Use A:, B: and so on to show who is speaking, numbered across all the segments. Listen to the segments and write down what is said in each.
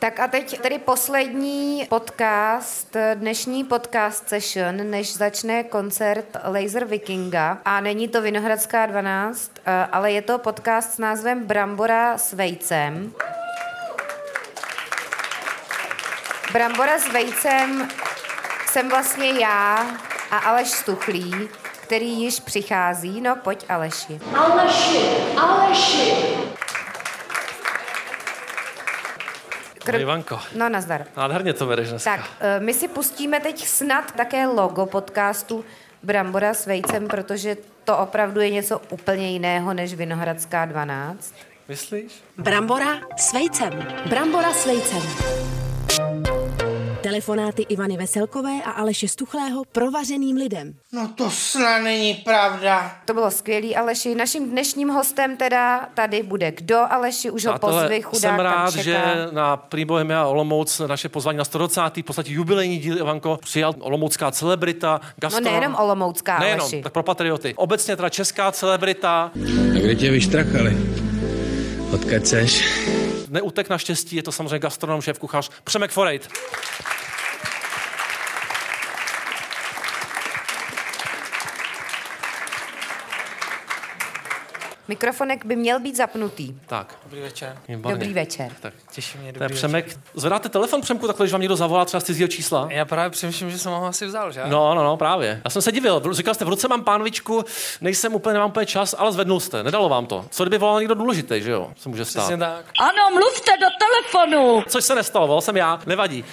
A: Tak a teď tedy poslední podcast, dnešní podcast session, než začne koncert Laser Vikinga. A není to Vinohradská 12, ale je to podcast s názvem Brambora s vejcem. Brambora s vejcem jsem vlastně já a Aleš Stuchlý, který již přichází. No pojď Aleši.
B: Aleši, Aleši.
A: Krom-
C: Ivanko,
A: No nazdar.
C: nádherně to vedeš dneska.
A: Tak, eh, my si pustíme teď snad také logo podcastu Brambora s vejcem, protože to opravdu je něco úplně jiného než Vinohradská 12.
C: Myslíš?
D: Brambora s vejcem. Brambora s vejcem. Telefonáty Ivany Veselkové a Aleše Stuchlého provařeným lidem.
E: No to snad není pravda.
A: To bylo skvělý, Aleši. Naším dnešním hostem teda tady bude kdo, Aleši, už ho
C: Přátelé,
A: No, pozvi, chudák
C: jsem rád,
A: tam
C: že
A: čeká.
C: na Prýbohemia Olomouc naše pozvání na 120. v podstatě jubilejní díl Ivanko přijal olomoucká celebrita,
A: No
C: gastro...
A: nejenom Olomoucká,
C: Nejenom,
A: Aleši.
C: tak pro patrioty. Obecně teda česká celebrita,
F: A kde tě vyštrachali? Odkud seš?
C: neutek naštěstí, je to samozřejmě gastronom, šéf, kuchař Přemek Forejt.
A: Mikrofonek by měl být zapnutý.
C: Tak,
E: Dobrý večer.
C: výborně.
A: Dobrý večer.
C: Tak.
E: Těší mě,
C: To je
E: dobrý večer.
C: Přemek. Zvedáte telefon Přemku takhle, když vám někdo zavolá třeba z cizího čísla?
E: Já právě přemýšlím, že jsem ho asi vzal, že?
C: No, no, no, právě. Já jsem se divil. Říkal jste, v ruce mám pánvičku, nejsem úplně, nemám úplně čas, ale zvednul jste. Nedalo vám to. Co kdyby volal někdo důležitý, že jo? Se může stát.
E: Přesně tak.
B: Ano, mluvte do telefonu.
C: Což se nestalo, volal jsem já, nevadí.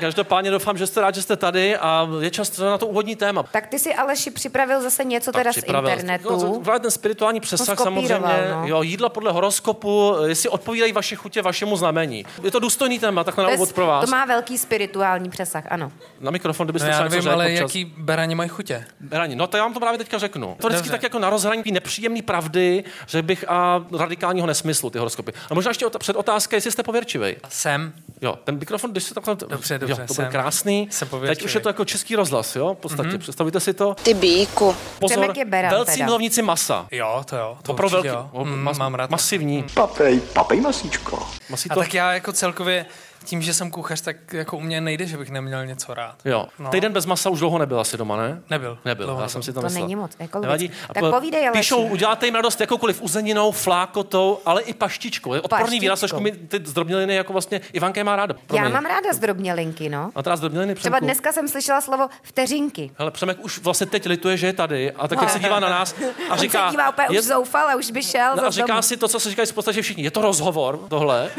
C: Každopádně doufám, že jste rád, že jste tady a je čas na to úvodní téma.
A: Tak ty si, Aleši, připravil zase něco teda z
C: připravil jste- No,
A: internetu.
C: Právě ten spirituální přesah
A: To skopíroval,
C: samozřejmě.
A: no.
C: Jo, jídla podle horoskopu, jestli odpovídají vaše chutě vašemu znamení. Je to důstojný téma, takhle
A: To,
C: na
A: je,
C: úvod pro vás.
A: to má velký spirituální přesah, ano.
C: Na mikrofon,
E: No,
C: kdybyste
E: já
C: třeba něco
E: nevím,
C: řekl
E: ale
C: občas.
E: jaký berani mají chutě.
C: Raní, no to já vám to právě teďka řeknu. To vždycky
E: Dobře.
C: tak jako na rozhraní té nepříjemné pravdy, že bych a radikálního nesmyslu ty horoskopy. A možná ještě ota- před otázka, jestli jste pověrčivý.
E: Jsem.
C: Jo, ten mikrofon, když se takhle...
E: Dobře,
C: jo,
E: dobře,
C: to bude
E: jsem-
C: krásný.
E: jsem
C: Teď
E: Mhm. pověrčivý.
C: už je to jako český rozhlas, jo, v podstatě. Mm-hmm. Představujte si to.
G: Ty bíku.
C: Pozor,
A: Přemek je beran
C: velcí
A: teda.
C: milovníci masa.
E: Jo, to jo. To
C: Opravdu
E: určitě
C: velký,
E: jo.
C: o-
E: Mm,
C: mas,
E: mám rád.
C: masivní.
H: Papej, papej masíčko.
C: Masí
E: A
C: to,
E: tak já jako celkově tím, že jsem kuchař, tak jako u mě nejde, že bych neměl něco rád.
C: Jo,
E: No.
C: týden bez masa už dlouho nebyl asi doma, ne?
E: Nebyl.
C: Nebyl,
E: Dlouho
C: já jsem
E: nebyl.
C: si to,
A: To
C: myslel.
A: není moc, jako
C: Nevadí.
A: vůbec.
C: A
A: Tak
C: po-
A: povídej, Aleši.
C: Píšou, uděláte jim radost jakoukoliv uzeninou, flákotou, ale i paštičkou. Je odporný
A: Paštičkou.
C: výraz, trošku mi ty zdrobněliny jako vlastně Ivanka je má ráda.
A: Já mám ráda zdrobnělinky, no.
C: A teda zdrobněliny
A: Třeba
C: Přemku.
A: dneska jsem slyšela slovo vteřinky.
C: Hele, Přemek už vlastně teď lituje, že je tady a tak jak se dívá na nás a
A: On
C: říká...
A: se dívá úplně
C: je-
A: už zoufale, už by šel
C: No a
A: zas domů.
C: říká si to, co se říkají v podstatě všichni. Je to rozhovor, tohle?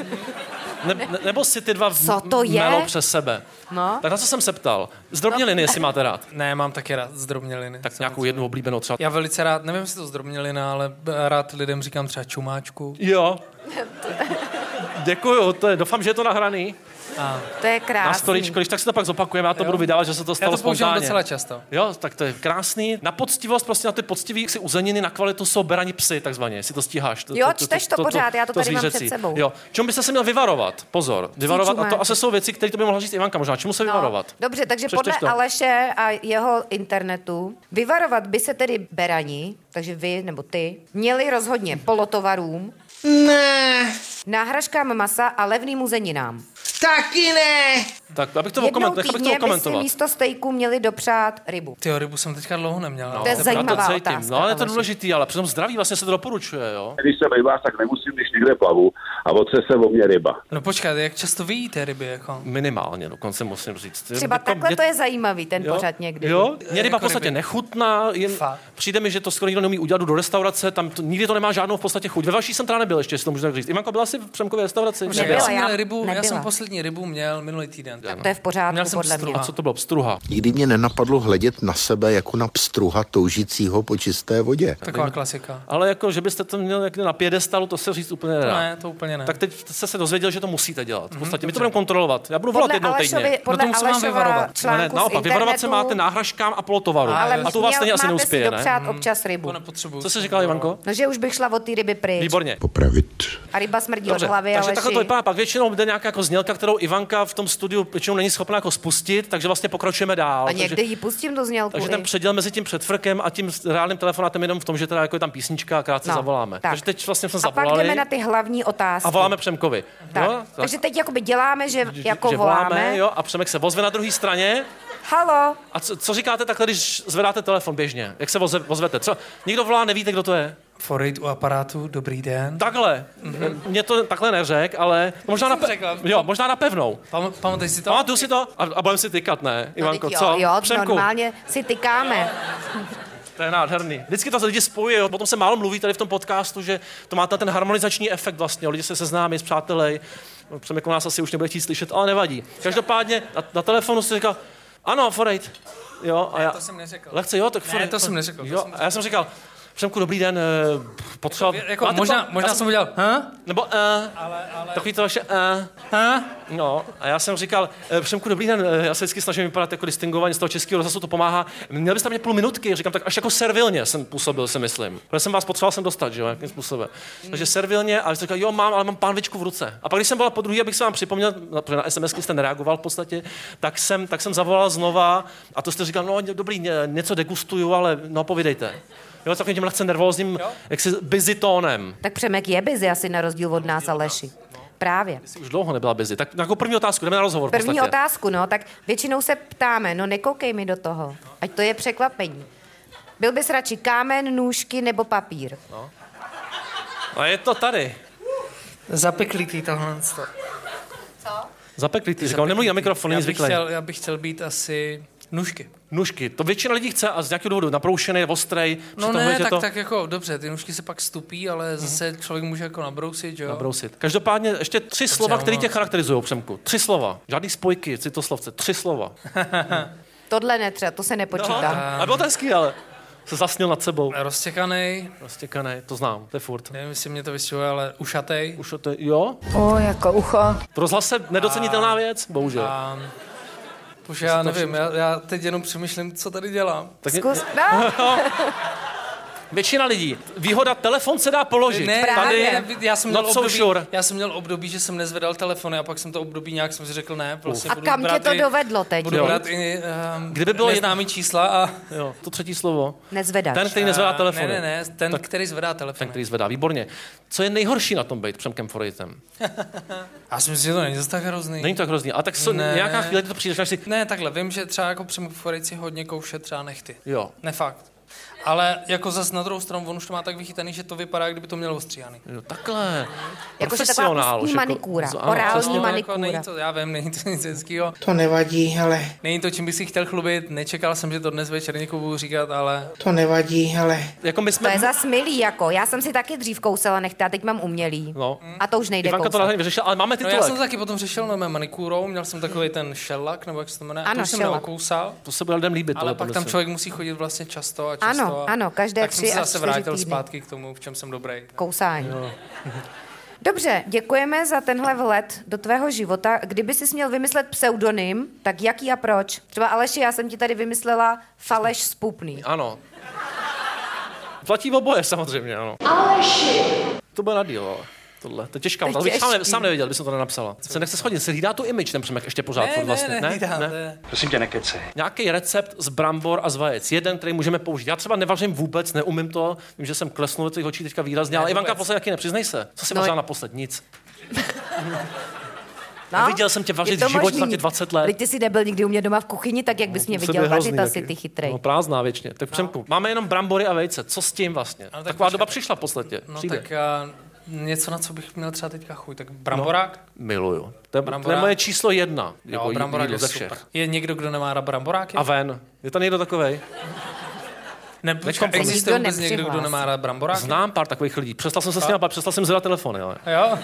C: Ne, ne, nebo si ty dva v-
A: Co to je?
C: melou přes sebe?
A: No.
C: Tak na co jsem se ptal? Zdrobněliny, jestli máte rád.
E: Ne, mám taky rád zdrobněliny.
C: Tak nějakou jednu oblíbenou třeba.
E: Já velice rád, nevím, jestli to zdrobnělina, ale b- rád lidem říkám třeba čumáčku.
C: Jo. Děkuju, to je, doufám, že je to nahraný
A: To je
C: na
A: krásný. No.
C: storičko. Když tak si to pak zopakujeme, já to budu vydávat, že se to
E: Já
C: stalo
E: to používám
C: spontánně.
E: docela často.
C: Jo, tak to je krásný. Na poctivost, prostě na ty poctivý si uzeniny, na kvalitu jsou berani psy, takzvaně, jestli to stíháš. To,
A: Jo, čteš to pořád, já to tady mám před
C: zvířecí.
A: sebou.
C: Jo, čemu byste se měl vyvarovat? Pozor, vyvarovat, a
A: čumáky.
C: to asi jsou věci, které to by mohla říct Ivanka možná. Čemu se
A: No,
C: vyvarovat?
A: dobře, takže
C: Přečteš
A: podle
C: to.
A: Aleše a jeho internetu vyvarovat by se tedy berani, takže vy nebo ty, měli rozhodně polotovarům,
E: Ne.
A: náhražkám masa a levným uzeninám.
E: Taky ne.
C: Tak, abych to
A: Jednou
C: okoment- nech- abych to
A: týdně by si
C: okomentoval.
A: místo stejku měli dopřát rybu.
E: Ty rybu jsem teďka dlouho neměl.
A: To je
C: No,
E: ale-
C: Já
A: zajímavá
C: cítím.
A: otázka,
C: No, ale je to
A: Aleši.
C: důležitý, ale přitom zdraví vlastně se to doporučuje, jo.
I: když jsem rybář, tak nemusím, když někde plavu a otře se o mě ryba.
E: No počkat, jak často vyjíte ryby, jako?
C: Minimálně, dokonce musím říct.
A: Třeba
C: Jako
A: takhle
C: mě-
A: to je zajímavý, ten pořad někdy.
C: Jo, mě ryba
E: Jako
C: v podstatě
E: ryby.
C: nechutná, jen
E: Fakt.
C: přijde mi, že to skoro nikdo neumí udělat jdu do restaurace, tam to, nikdy to nemá žádnou v podstatě chuť. Ve vaší jsem teda nebyl ještě, jestli to můžu tak říct. Ivanko, byla jsi v Přemkově restauraci?
A: Nebyla.
E: já jsem
A: já
E: měl rybu, já
A: nebyla.
E: jsem poslední rybu měl minulý týden.
A: To je v
E: Měl
A: pořádku,
E: jsem
A: podle mě.
E: pstruha.
C: Co to bylo? Pstruha.
J: Nikdy mě nenapadlo hledět na sebe jako na pstruha toužícího po čisté vodě.
E: Taková klasika.
C: Ale jako, že byste to měl někde na pědestalu, to se říct úplně nedá.
E: Ne, Mhm, to úplně ne.
C: Tak teď jste se dozvěděl, že to musíte dělat. V podstatě my to budeme kontrolovat. Já budu volat
A: Podle
C: jednou
A: Alešovi,
C: týdně. No
A: podle
E: tomu se mám
A: Alešova
E: vyvarovat.
C: Ne, ne,
A: článku
C: naopak,
A: z
C: vyvarovat se
A: internetu-
C: máte náhražkám a polotovaru.
E: Ale
C: A to u vás
A: měl-
C: stejně
A: máte si
C: asi neuspěje, ne? Hmm.
A: dopřát občas rybu.
E: To nepotřebuju.
C: Co jsi říkal, Ivanko?
A: No, že už bych šla od té ryby pryč.
C: Výborně.
J: Popravit.
A: A ryba smrdí tvrdí od hlavy,
C: takže
A: Aleši.
C: takhle to vypadá. Pak většinou jde nějaká jako znělka, kterou Ivanka v tom studiu většinou není schopná jako spustit, takže vlastně pokračujeme dál.
A: A
C: takže,
A: někdy ji pustím do znělku.
C: takže
A: i.
C: ten předěl mezi tím předfrkem a tím reálným telefonátem je jenom v tom, že teda jako je tam písnička a krátce
A: No,
C: zavoláme.
A: tak.
C: Takže teď vlastně jsme
A: a pak
C: zavolali
A: jdeme na ty hlavní otázky.
C: a voláme Přemkovi.
A: Tak.
C: Jo? Tak.
A: Takže teď jakoby děláme, že
C: Že-
A: jako
C: že
A: voláme.
C: jo, a Přemek se ozve na druhé straně.
A: Halo,
C: A co, co říkáte takhle, když zvedáte telefon běžně? Jak se voze, ozvete? Co? Někdo volá, nevíte, kdo to je?
E: Forejt u aparátu, dobrý den.
C: Takhle. Mm-hmm.
A: Mhm.
C: Mě to takhle neřek, ale možná na,
E: jsem řekla.
C: jo, možná na pevnou.
E: Pam- Pamatuješ si to?
C: Pamatuju si to a, a budeme si tykat, ne,
A: No,
C: Ivanko?
A: teď
C: co?
A: jo, jo
C: Přemku,
A: normálně si tykáme.
C: to je nádherný. Vždycky to lidi spojuje, jo. potom se málo mluví tady v tom podcastu, že to má ten harmonizační efekt vlastně, jo. lidi se seznámí s přátelej, Přemek nás asi už nebude chtít slyšet, ale nevadí. Každopádně na, na telefonu si říkal, ano, Forejt. Jo, a já,
E: to jsem neřekl.
C: Lehce, jo, tak
E: Ne,
C: Forejt.
E: to jsem neřekl, to
C: Jo,
E: jsem
C: a já jsem říkal, Přemku, dobrý den, eh, potřeba...
E: Jako,
C: Máte
E: možná,
C: pa-
E: možná
C: já
E: jsem udělal, ha?
C: Nebo eh, ale, ale... takový to vaše eh.
E: Ha?
C: No, a já jsem říkal, eh, Přemku, dobrý den, eh, já se vždycky snažím vypadat jako distingovaně z toho českého rozhlasu, to pomáhá. Měl byste mě půl minutky, říkám, tak až jako servilně jsem působil, si myslím. Protože jsem vás potřeboval sem dostat, že jo, nějakým způsobem. Takže servilně, a říkal, jo, mám, ale mám pánvičku v ruce. A pak, když jsem volal po druhý, abych se vám připomněl, na- protože na SMS jste nereagoval v podstatě, tak jsem, tak jsem zavolal znova a to jste říkal, no ně- dobrý, ně- něco degustuju, ale no povídejte. Jo, s takovým tím lehce nervózním, jaksi busy tónem.
A: Tak Přemek je busy asi na rozdíl od nás, Aleši. Právě.
C: Jsi už dlouho nebyla busy. Tak jako první otázku, jdeme na rozhovor. v
A: První
C: podstatě.
A: otázku, no, tak většinou se ptáme, no nekoukej mi do toho, ať to je překvapení. Byl bys radši kámen, nůžky nebo papír?
C: A je to tady.
E: Zapeklitý tohle. To.
C: Zapekli ty, říkal, nemluví na mikrofon,
E: já
C: není
E: bych,
C: zvyklý.
E: chtěl, já bych chtěl být asi nůžky.
C: Nůžky, to většina lidí chce a z nějakého důvodu naproušený, ostrej,
E: No
C: přitahuje
E: ne,
C: tě
E: tak,
C: to Mhm.
E: tak jako dobře, ty nůžky se pak stupí, ale zase člověk může jako nabrousit, že jo?
C: nabrousit. Každopádně ještě tři slova,
E: já
C: které
E: mám-
C: tě charakterizují, Přemku. Tři slova. Žádný spojky, citoslovce. Tři slova.
A: Tohle ne třeba, to se nepočítá.
C: A bylo to hezký, ale se zasnil nad sebou.
E: Roztěkanej,
C: Prostě kané, to znám, to je furt.
E: nevím, jestli mě to vystihuje, ale ušatej.
C: Už to, jo?
B: O, jako ucho.
C: V rozhlase nedocenitelná věc, bohužel.
E: Už já nevím, já, já teď jenom přemýšlím, co tady dělám.
C: Tak
A: Zkus, no,
C: většina lidí. Výhoda, telefon se dá položit.
A: právě.
E: tady, já jsem,
C: Not
E: měl
C: so
E: období,
C: sure.
E: já jsem měl období, že jsem nezvedal telefony a pak jsem to období nějak jsem si řekl ne. Vlastně
A: A
E: budu
A: kam tě
E: brát
A: to
E: i-
A: dovedlo teď?
E: Budu
C: Jo.
E: brát i um,
C: Kdyby bylo jedno-
E: neznámý čísla a...
C: Jo, to třetí slovo.
A: nezvedáš.
C: Ten, který nezvedá
E: a-
C: telefon.
E: Ne, ne, ne, ten, tak, který zvedá
C: Ten,
E: telefon.
C: který zvedá, výborně. Co je nejhorší na tom být Přemkem Forejtem?
E: Já si myslím, že to není zase tak hrozný.
C: Není to tak hrozný, ale tak so,
E: Ne.
C: nějaká chvíle ti to přijde, říkáš si,
E: Ne, takhle, vím, že třeba jako přemkforejci hodně kouše třeba nechty.
C: jo,
E: Nefakt. Ale jako zas na druhou stranu, on už to má tak vychytaný, že to vypadá, kdyby to měl ostříhaný.
C: jo takhle,
A: Jako že taková
C: profesionál. už
A: ústní manikúra,
C: z-
A: orální
C: přesně.
A: manikúra.
E: jako není to, já vím, není to nic hezkýho.
G: To nevadí, ale
E: Není to, čím bych si chtěl chlubit, nečekal jsem, že to dnes večer někomu budu říkat, ale
G: to nevadí, ale
C: Jako my
A: To
C: jsme...
A: je zas milý, jako. Já jsem si taky dřív kousala nechty a teď mám umělý.
C: No.
A: A to už Hmm. nejde
C: Ivanka to
A: kousat.
C: nádherně vyřešila, ale máme
E: No já
C: titulek.
E: jsem to taky potom řešil no, mé manikúrou, měl jsem takový ten šelak, nebo jak se to jmenuje,
A: Ano,
E: to už jsem
A: šelak.
E: neokousal.
C: To se bude lidem líbit.
E: Ale
C: tohle,
E: pak
C: podle
E: tam
C: se.
E: člověk musí chodit vlastně často a
A: Ano,
E: často. a-
A: ano, každé
E: tak
A: tři
E: jsem se
A: až
E: zase
A: čtyři
E: vrátil
A: týdny.
E: zpátky k tomu, v čem jsem dobrý.
A: Kousání. Dobře, děkujeme za tenhle vlet do tvého života. Kdyby si měl vymyslet pseudonym, tak jaký a proč? Třeba Aleši, já jsem ti tady vymyslela Faleš Spupný.
C: Ano. Platí oboje samozřejmě, ano.
B: Aleši.
C: To bude radio, ale tohle. To je těžká
A: To je
C: otázka. Bych sám,
A: těžký.
C: sám nevěděl, bych jsem to nenapsala. Se nechce schodit, se hlídá tu image ten Přemek ještě pořád furt vlastně.
E: ne, ne, ne.
H: Prosím tě, nekecej.
C: Nějaký recept z brambor a z vajec. Jeden, který můžeme použít. Já třeba nevařím vůbec, neumím to. Vím, že jsem klesnul do těch očí teďka výrazně, ale
E: vůbec.
C: Ivanka poslední taky nepřiznej se. Co jsi
A: No,
C: vařila naposled? Nic.
A: No,
C: Viděl jsem tě vařit
A: je to
C: v životě
A: možný.
C: za těch 20 let.
A: Vždyť ty jsi nebyl nikdy u mě doma v kuchyni, tak jak bys mě
C: To se
A: viděl
C: bude
A: vařit
C: hrozný
A: asi
C: taky.
A: ty chytrej.
C: No, prázdná věčně, to je přemku. Máme jenom brambory a vejce, co s tím vlastně?
E: No, tak
C: Taková
E: počkej.
C: doba přišla v podstatě.
E: No
C: Přijde.
E: tak a, něco, na co bych měl třeba teďka chuť, tak bramborák.
C: Miluju. To je, to je
E: Brambora-
C: moje číslo jedna. No, Jako
E: jo, bramborák
C: jídlo
E: je
C: ze
E: super.
C: všech.
E: Je někdo, kdo nemá rád bramboráky?
C: A ven. Je tam někdo takovej?
E: ne, počkej,
C: nekompromis.
E: existuje
A: Nikdo
E: vůbec někdo, kdo
A: nepřihlásí.
E: nemá rád bramboráky?
C: Znám pár takových lidí. Přestal jsem se s nimi, ale přestal jsem zvedat telefony. Ale.
E: Jo,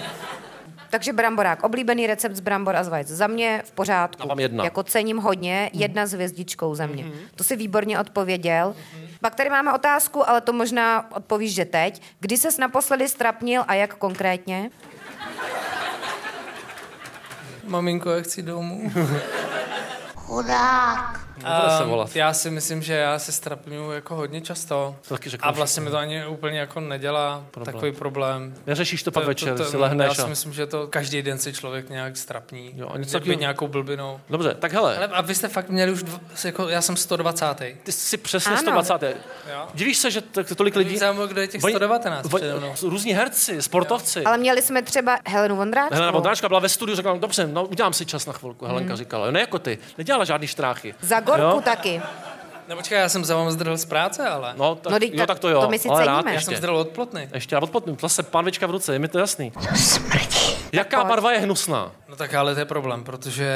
A: Takže bramborák, oblíbený recept z brambor a z vajec. Za mě v pořádku.
C: Já mám jedna. Mhm.
A: Jako cením hodně, jedna s hvězdičkou za mě. To si výborně odpověděl.
C: Mhm.
A: Pak tady máme otázku, ale to možná odpovíš, že teď. Kdy ses naposledy strapnil a jak konkrétně?
E: maminko, jak chci domů.
G: Chudák.
C: Bude se volat.
E: Um, já si myslím, že já se strapňuji jako hodně často.
C: To taky řeknu
E: A vlastně mi to ani úplně jako nedělá
C: Problém.
E: problém. takový problém.
C: Neřešíš to pak večer, si
E: já
C: lehneš
E: si
C: a...
E: myslím, že to každý den si člověk nějak strapní.
C: Jo, a
E: Jo, a
C: něco
E: něco
C: takového-
E: nějakou blbinou.
C: Dobře, tak hele,
E: Ale a vy jste fakt měli už, dva, jako, já jsem 120.
C: ty jsi přesně
A: Ano.
C: 120.
E: Jo.
C: Divíš se, že to- tolik lidí...
E: Zámo, kdo je těch
C: Oni-
E: 119
C: oni-
E: přede mnou.
C: Různí herci, sportovci.
A: Ale měli jsme třeba Helenu Vondráčku.
C: Helena Vondráčka byla ve studiu, řekla, no dobře, no udělám si čas na chvilku, Helenka říkala. Jo, Ne jako ty, nedělala žádný štráchy.
A: Mhm. Za Gorku
C: Jo?
A: taky.
E: No počkej, já jsem za vám zdrhl z práce, ale.
C: No, tak,
A: No,
C: no,
A: teď
C: jo,
A: to-
C: tak to jo.
A: to my si
C: ale rád
A: ceníme.
E: já jsem
C: ještě.
E: zdrhl od plotny.
C: Ještě a odpotnu, zase pánvička v ruce, je mi to jasný. Jaká barva je hnusná?
E: No tak ale to je problém, protože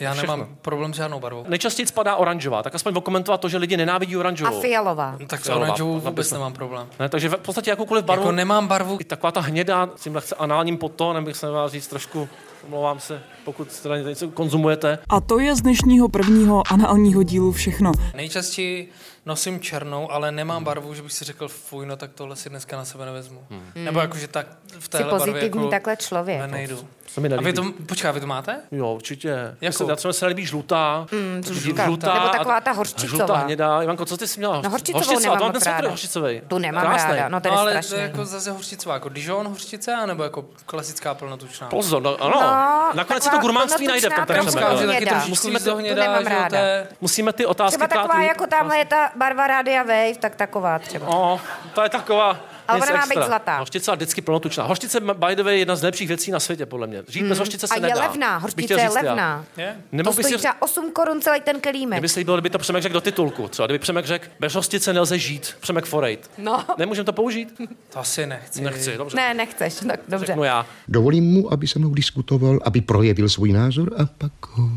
E: já
C: Všechno.
E: nemám problém s žádnou barvou.
C: Nejčastěji spadá oranžová, tak aspoň okomentovat to, že lidi nenávidí
A: A
C: oranžovou.
A: Fialová.
E: No tak s
C: Jo,
E: oranžovou
C: lap-
E: vůbec
C: napisno.
E: nemám problém.
C: Ne, takže v podstatě jakoukoliv barvu,
E: Jako nemám barvu,
C: i taková ta hnědá, s tím lehce análním potonem, bych se měl říct trošku, omlouvám se, pokud teda něco konzumujete.
K: A to je z dnešního prvního análního dílu všechno.
E: Nejčastěji nosím černou, ale nemám barvu, že bych si řekl, fuj, no tak tohle si dneska na sebe nevezmu.
C: Hmm.
E: Nebo jako, že tak v
A: Hmm. Jsi
E: téhle barvě
A: pozitivní
E: jako
A: takhle člověk.
E: ven nejdu.
C: To mi
E: A vy
C: nelíbí.
E: to, počkej, a vy to máte?
C: Jo, určitě.
E: Jakou?
C: Jako? Já třeba se nelíbí žlutá. Mm,
A: Hmm, žlutá. Nebo taková ta horčicová.
C: Žlutá, hnědá. Ivanko, co ty jsi měla?
A: No horčicovou
C: Horčicová,
A: nemám
C: to má
A: moc
C: ten svetr
A: ráda.
C: horčicový.
A: Tu nemám ráda, no to je
E: no, ale
A: strašný.
E: to je jako zase horčicová, jako Dijon horčice, anebo jako klasická plnotučná?
C: Pozor, no, ano.
A: No,
C: Nakonec si
A: taková
C: to gurmánství najde v tom
A: plnotučná
C: tématu,
A: trošku
E: Říkám,
C: ale-
E: že taky
A: hnědá.
E: trošičku
C: Musíme
E: víc do
C: to-
E: hnědá,
A: to nemám
E: že jo, to je-
C: Musíme ty otázky
A: Třeba taková
C: tu-
A: jako tamhle je ta barva Rádia Wave, tak taková třeba.
C: No, to je taková...
A: Ale
C: nic
A: ona má
C: extra.
A: být zlatá.
C: Hořčice je vždycky plnotučná. Hořčice, by the way, je jedna z nejlepších věcí na světě, podle mě. Žít bez hořčice se
A: Hmm. A je
C: nedá.
A: levná,
C: Bych
A: hořčice
C: chtěl
A: je
C: říct já.
A: levná.
E: Je?
A: To
C: Nemohl bych
A: stojí
C: si...
A: třeba 8 korun celý ten kelímek.
C: Kdyby se líbilo, kdyby to Přemek řekl do titulku. Třeba kdyby Přemek řekl, bez hořčice nelze žít. Přemek Forejt.
A: No.
C: Nemůžeme to použít?
E: To asi nechci.
C: Nechci, no. dobře.
A: Ne, nechceš, tak dobře.
C: Řeknu já.
J: Dovolím mu, aby se mnou diskutoval, aby projevil svůj názor a pak ho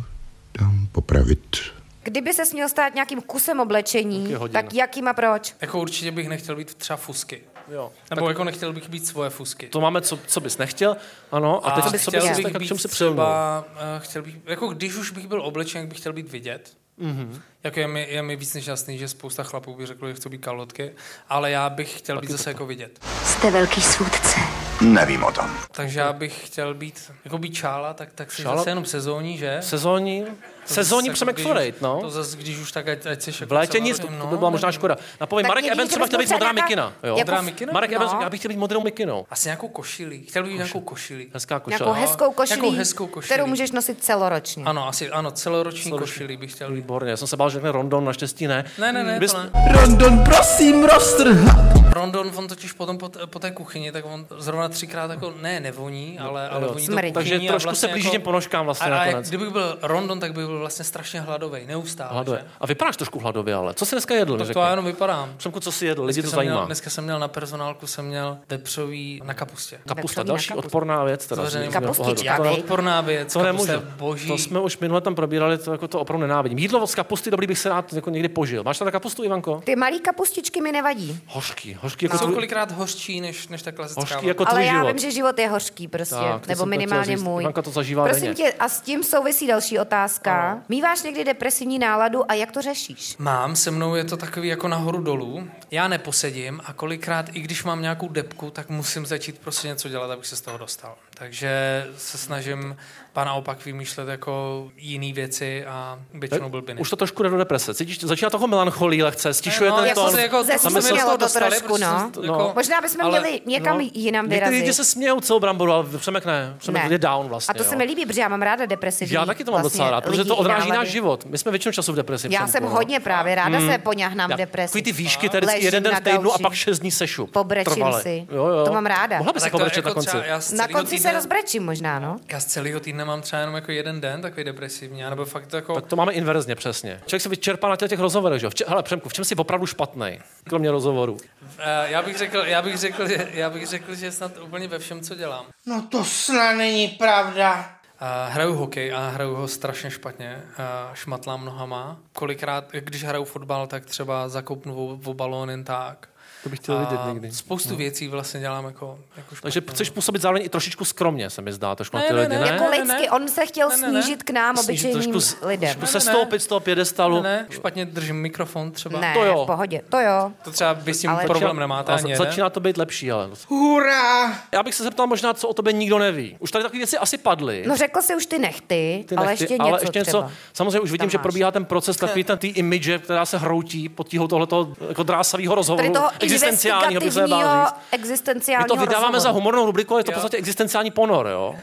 J: dám popravit.
A: Kdyby se směl stát nějakým kusem oblečení,
C: je hodina.
A: tak jakým a proč?
E: Jako určitě bych nechtěl být třeba fusky.
C: Jo.
E: Nebo jako nechtěl bych být svoje fusky.
C: To máme, co, co bys nechtěl, ano. A, teď
E: A
C: co bys
E: chtěl
C: chtěl,
E: bych
C: tak k čemu
E: být
C: se přilnul?
E: třeba, eh, chtěl bych, jako když už bych byl oblečen, jak bych chtěl být vidět.
C: Mhm.
E: Mm-hmm. Jako je mi, je mi víc než jasný, že spousta chlapů by řeklo, že chcou být kalotky, ale já bych chtěl být zase jako vidět.
B: Jste velký svůdce.
H: Nevím o tom.
E: Takže já bych chtěl být, jako být čála, tak, tak si
C: Šála?
E: zase jenom sezónní, že?
C: Sezónní, sezónní
E: Jako
C: Přemek
E: když
C: Forejt,
E: už-
C: no.
E: To zase, když už tak, ať, ať seš
C: V
E: jako
C: létě
E: celá
C: nic, to,
E: rokem,
C: to by byla možná škoda. Napomeň,
A: Tak
C: Marek
A: jediný,
C: Evans
A: že
C: třeba
A: bys
C: chtěl
A: byl
C: být modrá
A: třeba
C: mikina.
A: nějaká-
C: Jo.
A: jako-
E: Modrá mikina?
C: Marek
A: No.
C: Evans, já bych chtěl být modrou mikinou.
E: Asi nějakou košili. Chtěl bych mít nějakou košili.
C: Hezká košile.
A: Nějakou Jako hezkou košili,
E: Nějakou hezkou košili.
A: kterou můžeš nosit celoročně.
E: Ano, asi, ano, celoroční košili bych chtěl být.
C: Hm, Výborně, já jsem se bál, že řekne Rondon, naštěstí ne.
E: Ne, ne, ne,
C: Bys-
E: to ne.
F: Rondon, prosím, roztrhat!
E: Rondon, on totiž potom po, t- po té kuchyni, tak on zrovna třikrát jako, ne, nevoní, ale, ale
C: jo.
E: voní to
A: Smrdí.
E: kuchyni
C: Takže
E: a jako
C: trošku se blíží těm ponožkám vlastně
E: a, a jak,
C: nakonec.
E: kdybych byl Rondon, tak bych byl vlastně strašně hladový, neustále.
C: Hladově.
E: Hladový.
C: A vypadáš trošku hladově, ale co jsi dneska jedl? mi
E: Tak
C: řekni.
E: to já jenom vypadám.
C: Přemku, co jsi jedl? Lidi to
E: jsem měl,
C: zajímá.
E: dneska jsem měl na personálku, jsem měl vepřový na kapustě.
C: Kapusta,
A: Vepřový na
C: další
A: kapustu.
C: odporná věc. Teda, z
E: Zvařený
C: mého
A: kapustička,
C: pohledu.
A: Tak
E: Tak
A: ne-
E: odporná věc,
C: To
E: kapusta
C: nemůžu.
E: je boží.
C: To jsme už minule tam probírali, to, jako to opravdu nenávidím. Jídlo z kapusty dobrý bych se rád jako někdy požil. Máš tam kapustu, Ivanko?
A: Ty malý kapustičky mi nevadí.
C: Hořký, hořký jako,
E: Jsou
C: tvůj,
E: kolikrát hořčí než, než ta klasická.
C: hořký
E: vlna.
C: jako tvůj
A: Ale já
C: život.
A: vím, že život je hořký prostě,
C: Tak,
A: nebo
C: to jsem to chtěl
A: minimálně
C: říct.
A: můj.
C: Ivanka to zažívá
A: Prosím
C: denně.
A: tě, a s tím souvisí další otázka. Míváš někdy depresivní náladu a jak to řešíš?
E: Mám, se mnou je to takový jako nahoru dolů. Já neposedím a kolikrát, i když mám nějakou depku, tak musím začít prostě něco dělat, abych se z toho dostal. Takže se snažím pa naopak vymýšlet jako jiné věci a většinou blbiny.
C: Eh, Už to trošku jde do deprese. Cítíš, začíná toho melancholí lehce, stišuje ten
A: jako
C: tón.
A: se-
E: jako,
A: Zesmělo
E: jsme se z toho
A: to
E: dostali,
A: trošku,
E: prostě
A: no.
E: z- jako-
A: Možná bychom
E: ale-
A: měli někam jinam
C: no. Někteří
A: vyrazit.
C: lidi se smějou celou bramboru, ale Přemek ne. Přemek
A: Ne.
C: je down vlastně.
A: a to
C: jo.
A: se mi líbí, protože já mám ráda depresivní.
C: Já taky to mám
A: vlastně
C: docela rád, protože
A: lidi
C: to
A: i
C: odráží náš
A: nálady.
C: život. My jsme většinou času v depresi.
A: Já
C: Přemku,
A: jsem
C: no.
A: hodně právě ráda se poňahnám v
C: Já-
A: depresi.
C: Takový ty výšky, tady vždycky
A: Ležím
C: jeden den
A: na
C: v týdnu a
A: gauči.
C: pak šest dní sešu.
A: Pobrečím
C: Trvale.
A: si.
C: Jo, jo.
A: To mám ráda.
C: Mohla by se
E: Tak to
C: pobrečet
E: jako
C: na konci.
E: třeba já z
A: Na
E: celýho
A: konci se
E: týdne-
A: rozbrečím možná, no.
E: Já z celého týdne mám třeba jenom jako jeden den takový depresivní, nebo fakt jako...
C: Tak to máme inverzně, přesně. Člověk se vyčerpá na těch, těch rozhovorech, že jo? V če- Hele, Přemku, v čem jsi opravdu špatný, kromě rozhovorů?
E: Eh, já, bych řekl, já, bych řekl, že, já bych řekl, že snad úplně ve všem, co dělám.
G: No to snad není pravda.
E: A hraju hokej a hraju ho strašně špatně. A šmatlám nohama. Kolikrát, když hraju fotbal, tak třeba zakopnu o, o balón jen tak.
C: To bych chtěl vidět někdy. No.
E: Spoustu věcí vlastně dělám jako, jako
C: Takže chceš působit zároveň i trošičku skromně, se mi zdá, trošku na
E: Ne,
C: ty
E: ne,
C: lidi,
E: ne,
C: ne?
A: Jako
E: ne,
A: lidsky, on se chtěl
E: Ne, ne, ne.
A: snížit k nám,
C: Snížit
A: obyčejným
C: trošku,
A: lidem.
C: trošku se stoupit z toho pědestalu.
E: Ne, špatně držím mikrofon třeba.
A: Ne,
C: To jo.
A: v pohodě, to jo.
E: To třeba by s tím
A: Ale-
E: problém nemáte
C: A
E: ani jeden.
C: Začíná to být lepší, ale...
G: Hurá!
C: Já bych se zeptal možná, co o tobě nikdo neví. Už tady takové věci asi padly.
A: No řekl si už ty nechty,
C: Ty
A: ale
C: nechty,
A: ještě něco
C: ale ještě něco.
A: třeba.
C: Samozřejmě už vidím,
A: Tam
C: že
A: máš.
C: probíhá ten proces takový ten tý image, která se hroutí pod tíhou tohleto jako drásavého rozhovoru.
A: Tady toho
C: existenciálního, bych se bál
A: investigativního,
C: říct. My
A: existenciálního
C: to vydáváme
A: rozhovoru.
C: za humornou rubriku, ale je to v podstatě existenciální ponor, jo?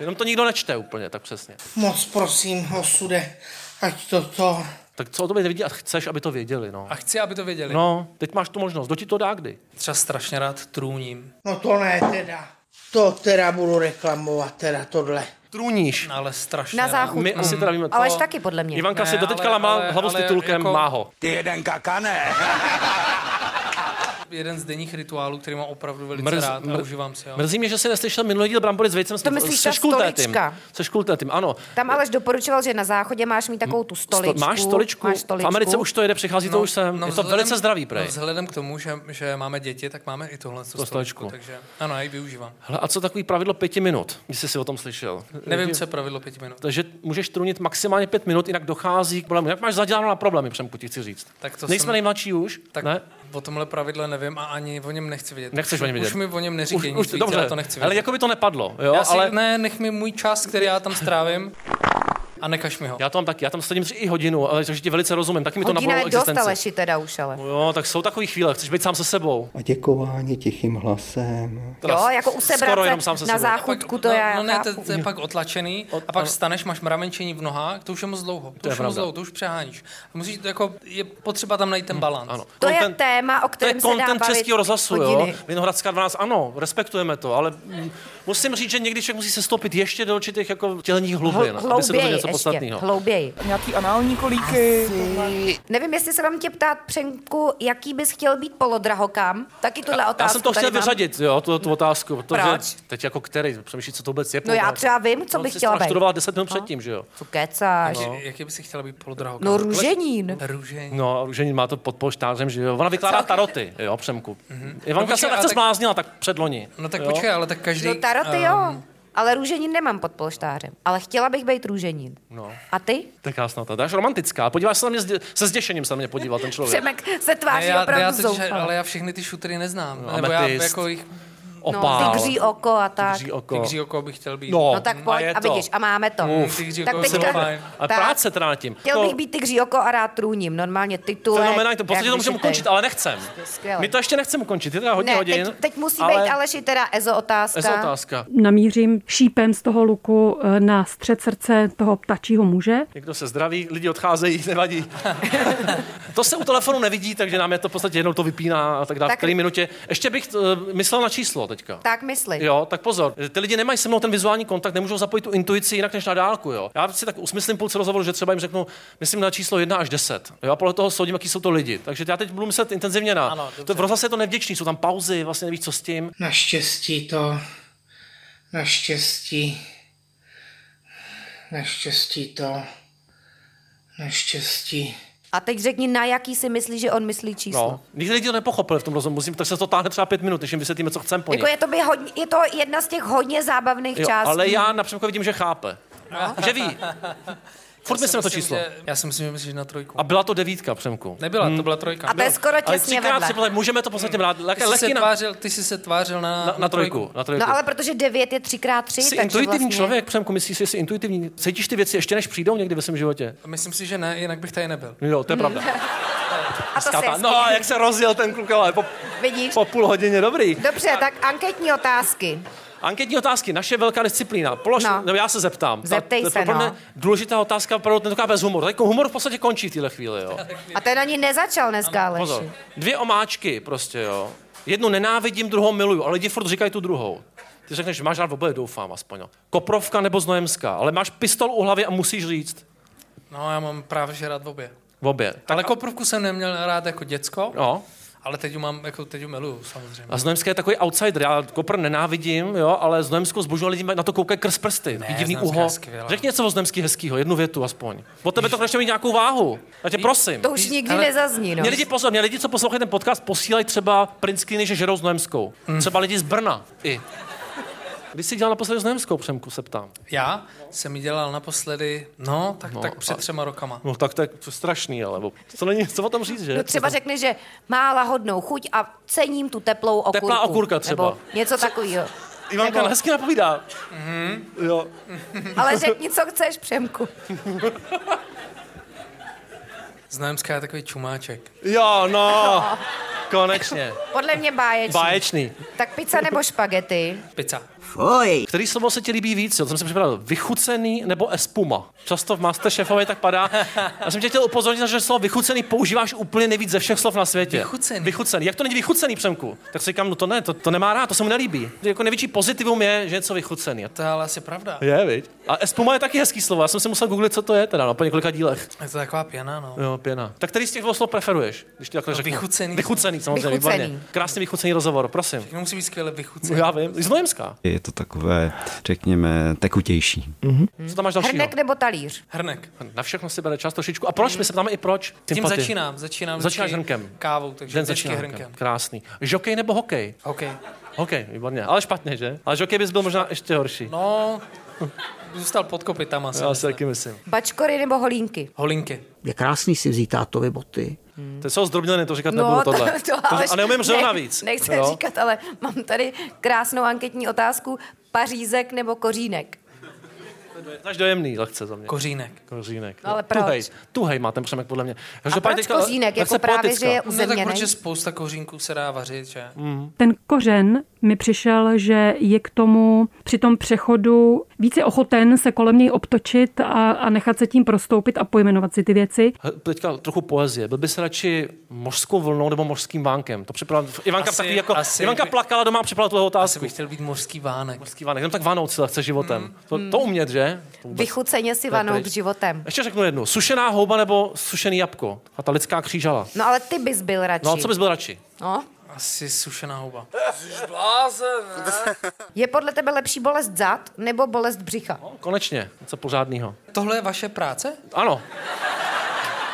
C: Jenom to nikdo nečte úplně, tak přesně.
G: Moc prosím, osude, ať toto...
C: Tak co o tobě vidí a chceš, aby to věděli, no.
E: A chci, aby to věděli.
C: No, teď máš tu možnost, kdo ti to dá kdy?
E: Třeba strašně rád trůním.
G: No to ne teda. To teda budu reklamovat, teda tohle.
C: Trůníš.
E: Ale strašně
A: Na
E: rád.
A: záchod.
C: My asi teda víme to.
A: Ale taky podle mě.
C: Ivanka
E: Ne,
C: si doteďka
E: ale-
C: lámá
E: ale-
C: hlavu s
E: ale
C: titulkem
E: jako-
C: Má ho.
H: Ty jeden kakane.
E: Jeden z denních rituálů, který mám opravdu velice
C: Mrz-
E: rád a
C: mr-
E: užívám si ho.
C: Mrzí mě, že jsi neslyšel minulý díl brambory s vejcem. s-
A: To myslíš
C: se
A: ta
C: škultétym.
A: stolička.
C: Se škultétym, ano.
A: Tam Aleš doporučoval, že na záchodě máš mít takovou tu stoličku.
C: Sto- Máš stoličku?
A: Máš stoličku.
C: V Americe už to jede, přichází to už sem. je to
E: No, vzhledem-
C: velice zdravý, prej.
E: No, vzhledem k tomu, že, že máme děti, tak máme i tohle
C: To
E: stoličku,
C: stoličku.
E: stoličku. Takže ano, já ji využívám.
C: Hele, a co takový pravidlo pěti minut, jestli jsi o tom slyšel?
E: Nevím, co je pravidlo pěti minut.
C: Takže můžeš trunit maximálně pět minut, jinak dochází k problému. Jak máš zaděláno na problémy, Přemku, ti chci říct.
E: Tak to
C: Nejsme
E: jsem-
C: nejmladší už?
E: Tak
C: ne?
E: o tomhle pravidle nevím a ani o něm nechci vědět.
C: Nechceš o něm vědět.
E: Už mi o něm neříkej
C: Už-
E: nic
C: už-
E: víc,
C: dobře,
E: já to nechci vědět.
C: ale jako by to nepadlo, jo?
E: já si,
C: ale...
E: Ne, nech mi můj čas, který já tam strávím a nekaž mi ho.
C: Já to mám taky, já tam sedím tři i hodinu, ale takže ti velice rozumím, taky mi to
A: Hodina
C: napadlo
A: je dost,
C: existenci.
A: Aleši, teda už, ale.
C: Jo, tak jsou takové chvíle, chceš být sám se sebou.
L: A děkování tichým hlasem.
C: Teda
A: Jo,
C: s-
A: jako u
C: Skoro jenom
A: sebrat
C: sám se
A: na
C: sebou.
A: záchodku, to
E: no,
A: já
E: no, ne, to,
A: chápu.
E: to je pak otlačený a pak staneš, máš mravenčení v nohách, to už je moc dlouho, to,
C: je
E: už je
C: pravda.
E: moc dlouho, to už přeháníš. Musíš, to jako, je potřeba tam najít ten balans.
C: Hm, Ano.
A: To je
C: Content-
A: téma, o
C: To je
A: kterém se dá
C: content
A: bavit
C: českého rozhlasu, jo.
A: hodiny.
C: Vinohradská 12, ano, respektujeme to, ale mm, musím říct, že někdy člověk musí se stoupit ještě do určitých jako tělních hlubin,
A: Hl-
C: aby se dozvěděl
A: Hlouběji
C: něco
A: ještě,
C: podstatného.
A: hlouběji.
K: Nějaký anální kolíky.
A: Nevím, jestli se vám tě ptát, Přenku, jaký bys chtěl být polodrahokám. Taky tuhle otázku
C: Já jsem to chtěl
A: tady mám.
C: vyřadit, jo, tu, tu otázku. Protože
A: Proč?
C: Teď jako který, přemýšlí, co to vůbec je.
A: No já
C: pohled.
A: třeba vím, co
C: No,
A: bych
C: jsi
A: chtěla
C: to
A: být. No.
C: studovala 10 minut předtím, že jo?
A: Co kecáš?
E: No. Jaký by si chtěla být polodrahoká?
A: No růženín.
E: Růžení.
C: No, a Ženin má to pod polštářem, že jo? Ona vykládá taroty, jo, Přemku. Ivanka
E: No,
C: se lehce
E: počkej, ale tak-
C: zbláznila, tak předloni.
E: No tak
C: jo?
E: počkej, ale tak každý...
A: No
C: um,
A: taroty
E: ehm,
A: jo, ale růženín nemám pod polštářem. Ale chtěla bych být růženín.
C: No.
A: A ty?
C: Tak jasná, ta dáš romantická. Podíváš se na mě zdě- se zděšením, se na mě podíval ten člověk.
A: Přemek se
E: Ne,
A: tváří
E: já,
A: opravdu
E: já
A: já
E: totiž, ale já všechny ty šutery neznám.
C: No,
E: Nebo já
C: ametyst.
E: jako jich...
A: No,
C: Opál.
A: tygří oko a tak.
C: Tygří oko.
E: Tygří oko bych chtěl být.
C: Jako- No.
A: No tak
C: A
A: pojď
C: je
A: a,
C: to.
A: vidíš, a máme to.
C: Uf.
E: Tygří
A: tak
E: oko jsou
A: teďka...
E: fajn.
C: Ale
A: tak.
C: práce teda nad tím.
A: Chtěl
C: To-
A: bych být tygří oko a rád trůním. Normálně titulek.
C: Fenomenální, to v podstatě
A: jak
C: to můžeme
A: vyšitej.
C: ukončit, ale nechcem.
A: Skvělé.
C: My to ještě nechceme ukončit, je teda hodně
A: ne,
C: hodin.
A: Teď, teď musí ale... být Aleši teda EZO otázka.
C: Esa otázka.
M: namířím šípem z toho luku eh, na střed srdce toho ptačího muže.
C: Někdo se zdraví, lidi odcházejí, nevadí. to se u telefonu nevidí, takže nám je to v podstatě jednou to vypíná a tak dále.
A: Tak-
C: V který minutě. Ještě bych uh, myslel na číslo teďka.
A: Tak mysli.
C: Jo, tak pozor. Ty lidi nemají se mnou ten vizuální kontakt, nemůžou zapojit tu intuici jinak než na dálku, jo. Já si tak usmyslím půlce rozhovoru, že třeba jim řeknu, myslím na číslo 1 až 10. Jo, a podle toho soudím, jaký jsou to lidi. Takže já teď budu myslet intenzivně na.
E: Ano,
C: to
E: dobře.
C: v rozhlase je to nevděčný, jsou tam pauzy, vlastně nevíš, co s tím.
G: Naštěstí to, naštěstí, naštěstí to, naštěstí.
A: A teď řekni, na jaký si myslí, že on myslí číslo.
C: No, nikdy lidi to nepochopili v tom rozhovoru, musím, tak se to táhne třeba pět minut, než jim vysvětlíme, co chcem po nich.
A: Jako je to, by hodně, je to jedna z těch hodně zábavných
C: Jo,
A: částí.
C: ale já například vidím, že chápe. Že ví. Furt myslím na to číslo.
E: Že, já si myslím, že myslíš na trojku.
C: A Hmm. byla to devítka, Přemku.
E: Nebyla, to byla trojka.
A: A to je jako skoro
C: Ale
A: těsně
C: třikrát
A: vedle.
C: si můžeme to podstatně brát.
E: Ty
C: Lehké,
E: jsi, se
C: lehký na,
E: tvářil, ty jsi se tvářil na,
C: na, na, trojku. Na trojku.
A: No ale protože devět je třikrát tři,
C: Jsi
A: takže
C: intuitivní
A: vlastně...
C: člověk, Přemku, myslíš si, jsi intuitivní. Cítíš ty věci ještě než přijdou někdy ve svém životě? No
E: Myslím si, že ne, jinak bych tady nebyl.
C: Jo, to je pravda.
A: A to se
C: Skata. No a jak se rozjel ten kluk, ale po,
A: Vidíš?
C: po půl hodině dobrý.
A: Dobře, tak anketní otázky.
C: Anketní otázky, naše velká disciplína. Polož,
A: No.
C: no. nebo já se zeptám.
A: Zeptej
C: to je
A: se,
C: pro mě
A: no.
C: důležitá otázka, opravdu ten taková bez humoru. Tak jako humor v podstatě končí v téhle chvíli, jo.
A: A ten ani nezačal dneska, Aleši.
C: Pozor. Dvě omáčky prostě, jo. Jednu nenávidím, druhou miluju, ale lidi furt říkají tu druhou. Ty řekneš, máš rád oboje, doufám aspoň. Jo. Koprovka nebo Znojemská, ale máš pistol u hlavy a musíš říct
E: No, já mám právě že rád obě.
C: obě.
E: Ale koprovku jsem neměl rád jako děcko
C: No,
E: Ale teď ju mám, jako teď ju miluju samozřejmě.
C: A Znojemské je takový outsider, já Kopr nenávidím, jo, ale Znojemskou zbožňuji, lidi na to koukají krz prsty, ne, divný
E: Znojemská
C: uho.
E: je skvělá.
C: Řekni něco o Znojemský hezkýho, jednu větu aspoň. Od tebe to konečně mít nějakou váhu, já tě prosím.
A: To už nikdy nezazní, no.
C: Mě lidi, pozor, mě lidi, co poslouchají ten podcast, posílají třeba princkýny, že žerou Znojemskou.
A: Mm.
C: Třeba lidi z Brna i. Kdy jsi dělal naposledy Znojemskou, Přemku, se ptám.
E: Já jsem ji dělal naposledy, no, tak,
C: No,
E: no, tak před
C: a-
E: třema rokama.
C: No tak to je to je strašný, ale to není, co o tom říct, že?
A: No třeba řekne, že má lahodnou chuť a cením tu teplou okurku.
C: Teplá okurka třeba.
A: Nebo něco takového.
C: Ivanka
A: nebo-
C: hezky napovídá.
A: Mhm.
C: Jo.
A: Ale řekni, co chceš, Přemku.
E: Znojemská je takový čumáček.
C: Jo, no. Konečně.
A: Podle mě báječný.
C: Báječný.
A: Tak pizza nebo špagety?
E: Pizza.
C: Fuj. Který slovo se ti líbí víc? Jo? To jsem si připravil. Vychucený nebo espuma? Často v Masterchefovi tak padá. Já jsem tě chtěl upozornit, na to, že slovo vychucený používáš úplně nejvíc ze všech slov na světě.
E: Vychucený?
C: Vychucený. Jak to není vychucený, Přemku? Tak si říkám, no to ne, to, to nemá rád, to se mu nelíbí. Jako největší pozitivum je, že je něco vychucený. A to
E: To je ale asi pravda.
C: je, viď? A espuma je taky hezký slovo. Já jsem si musel googlit, co to je teda, no, po několika dílech.
E: Je to taková pěna, no.
C: Jo, pěna. Tak který z těch dvou slov preferuješ? Když ti takhle
E: No,
C: řeknu.
E: vychucený.
C: Vychucený, samozřejmě.
E: Vychucený.
C: výborně. Krásný vychucený rozhovor, prosím.
E: Všechno musí být skvěle vychucený.
C: Já vím, z Nojemská.
N: Je to takové, řekněme, tekutější.
C: Co tam máš dalšího?
A: Hrnek nebo talíř?
E: Hrnek.
C: Na všechno si bere čas trošičku. A proč? My se ptáme i proč.
E: Tím
C: Sympatie.
E: začínám, začínám
C: Začínáš
E: vždycky
C: hrnkem.
E: Kávou, takže
C: Den
E: vždycky
C: začíná
E: hrnkem.
C: hrnkem. Krásný. Žokej nebo hokej?
E: Hokej.
C: Hokej, výborně. Ale špatně, že? Ale žokej bys byl možná ještě horší.
E: No, zůstal pod kopytama.
C: Já si taky myslím.
A: Bačkory nebo holínky?
E: Holinky.
G: Je krásný si vzít tátovi boty.
C: To jsou zdrobněné, to říkat
A: No,
C: nebudu
A: to-
C: tohle.
A: to
C: To-
A: ale-
C: a neumím řev
A: ne-
C: navíc.
A: Nechci
C: Jo.
A: říkat, ale mám tady krásnou anketní otázku. Pařízek nebo kořínek?
C: Máš dojemný lehce za mě.
E: Kořínek.
C: Kořínek.
A: No, ale
C: Tuhej,
A: proč?
C: tuhej má ten přemek podle mě.
A: proč kořínek? Jako právě, že je
E: No tak
A: uzemněnej?
E: protože spousta kořínků se dá vařit, že?
C: Mm.
M: Ten kořen mi přišel, že je k tomu při tom přechodu více ochoten se kolem něj obtočit a, a nechat se tím prostoupit a pojmenovat si ty věci.
C: He, Teďka trochu poezie. Byl bys radši mořskou vlnou nebo mořským vánkem? To připravila Ivanka
E: Asi-
C: takový jako...
E: asi
C: Ivanka
E: by-
C: plakala doma a připravila tuhle
E: Asi
C: otázku.
E: bych chtěl být mořský vánek.
C: Mořský vánek, jenom tak vanout si lehce životem.
E: Mm,
C: To, to umět, že? To vůbec.
A: Vychuceně si
C: To je
A: vanout
C: pryč. No,
A: životem.
C: Ještě řeknu jednu. Sušená houba nebo sušený jabko? A ta lidská křížala.
A: No ale ty bys byl radši.
C: No a co bys byl radši?
A: No.
E: Asi sušená houba.
B: Blázen, ne?
A: Je podle tebe lepší bolest zad nebo bolest břicha?
C: No, Konečně, něco pořádného.
E: Tohle je vaše práce?
C: Ano.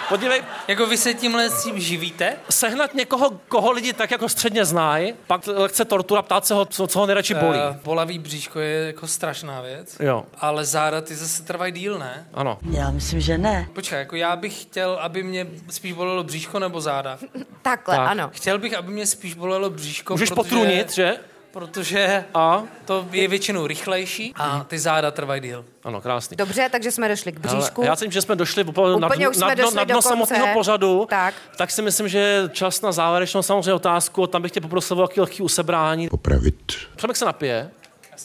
C: Podívej,
E: Jako vy se tímhle s tím živíte?
C: sehnat někoho, koho lidi tak jako středně znají, pak lehce tortura, ptát se ho, co, co ho nejradši bolí.
E: Eh, bolavý bříško je jako strašná věc.
C: Jo,
E: Ale záda ty zase trvají díl, ne?
C: ano.
O: Já myslím, že ne.
E: Počkej, jako já bych chtěl, aby mě spíš bolelo bříško nebo záda.
A: Takhle,
C: Tak.
A: ano.
E: Chtěl bych, aby mě spíš bolelo bříško,
C: Můžeš
E: protože,
C: potrunit, že?
E: Protože
C: A?
E: to je většinou rychlejší a ty záda trvají díl.
C: Ano, krásný.
A: Dobře, takže jsme došli k bříšku.
C: Hele, já si myslím, že jsme došli úplně na,
A: Úplně
C: dno-
A: už
C: na,
A: jsme
C: dno,
A: došli
C: na dno
A: do konce.
C: samotného pořadu.
A: Tak.
C: tak si myslím, že je čas na závěrečnou samozřejmě otázku. Tam bych tě poprosil o jaký lehký usebrání.
J: Popravit.
C: Přemek se napije.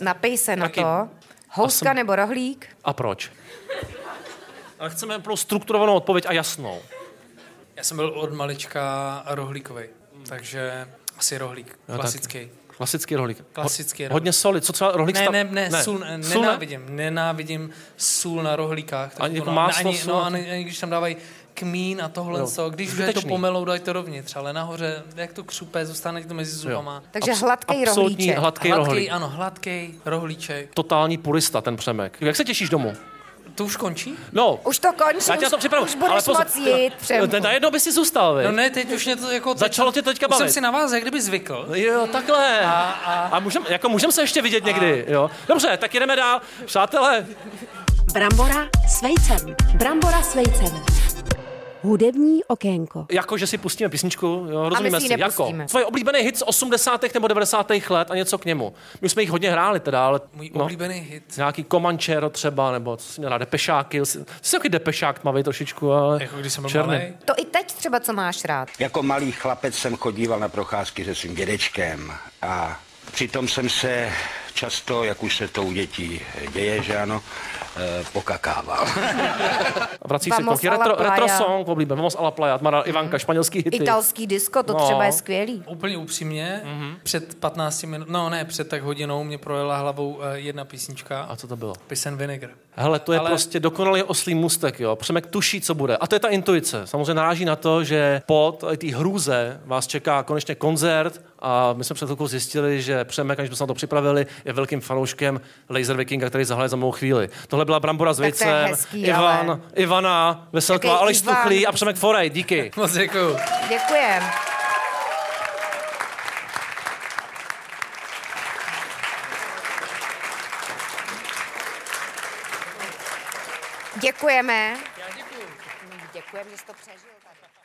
A: Napij se na
C: Taky.
A: to. Houska
C: jsem-
A: nebo rohlík?
C: A proč? Ale chceme pro strukturovanou odpověď a jasnou.
E: Já jsem byl od malička rohlíkový, takže asi rohlík,
C: tak.
E: klasický.
C: Klasický rohlík. Ho-
E: Klasický rohlík.
C: Hodně soli. Co třeba rohlík
E: Ne,
C: stav-
E: ne, ne, sůl, ne,
C: Sůl ne?
E: nenávidím, nenávidím sůl na rohlíkách.
C: Ani jako
E: to-
C: máslo,
E: ani,
C: sůl?
E: no, ani, ani, když tam dávají kmín a tohle,
C: Jo,
E: co, když je to
C: zbytečný.
E: pomelou, dají to rovnitř, ale nahoře, jak to křupe, zůstane ti to mezi zubama.
A: Takže
C: Abs-
A: hladkej
C: absolutní
A: rohlíček.
C: hladký rohlík.
E: ano, hladký rohlíček.
C: Totální purista ten Přemek. Jak se těšíš domů?
E: To už končí?
C: No,
A: Už to končí,
C: já tě na to
A: už-
C: připravu.
A: už budeš moc jít, Přemku.
C: Ten najednou by si zůstal, vy.
E: No ne, teď už mě to jako... Teď,
C: Začalo tě teďka
E: už jsem
C: bavit. No.
E: si na vás jak kdyby zvykl.
C: Jo, takhle. A, a... a můžem, jako můžem se ještě vidět někdy, jo. Dobře, tak jedeme dál. Přátelé,
D: Brambora s vejcem. Brambora s vejcem. Hudební okénko.
C: jako, že si pustíme písničku, jo, rozumíme
A: my si ji
C: si, jako.
A: nepustíme.
C: Tvoje oblíbený hit z 80. nebo 90. let a něco k němu. My jsme jich hodně hráli teda, ale...
E: Můj
C: no,
E: oblíbený hit.
C: Nějaký Comanchero třeba, nebo co jsi měla, Depešáky. Jsi, jsi taky Depešák tmavý trošičku, ale...
E: Jako když jsem byl
C: černý.
E: malý.
A: To i teď třeba, co máš rád.
P: Jako malý chlapec jsem chodíval na procházky se svým dědečkem a přitom jsem se často, jak už se to u dětí děje, že ano, eh, pokakával.
C: A vrací se
A: Vamos
C: kolik.
A: a la
C: Retro, retro
A: playa.
C: song, oblíben. Vamos a la playa, Mara Ivanka, španělský hity.
A: Italský disko, to
C: No.
A: třeba je skvělý.
E: Úplně upřímně,
C: Mhm.
E: mm-hmm. před 15 minut, no ne, před tak hodinou mě projela hlavou eh, jedna písnička. A
C: co to bylo?
E: Piss and Vinegar.
C: Hele, to je
E: Ale-
C: Ale... prostě dokonalý oslý můstek, jo. Přemek tuší, co bude. A to je ta intuice. Samozřejmě naráží na to, že po té hrůze vás čeká konečně koncert a my jsme před chvilkou zjistili, že Přemek, aniž jsme se na to připravili, je velkým fanouškem Laser Vikinga, který zahraje za mou chvíli. Tohle byla Brambora s
A: Tak to je
C: vejcem,
A: hezký,
C: Ivan,
A: ale-
C: Ivana, Veselková,
A: Jaký
C: Aleš
A: Ivan?
C: Stuchlý a Přemek Forej. Díky.
E: Moc děkuju.
A: Děkujem. Děkujeme. Děkuji. Děkujeme, že jsi to přežil tady.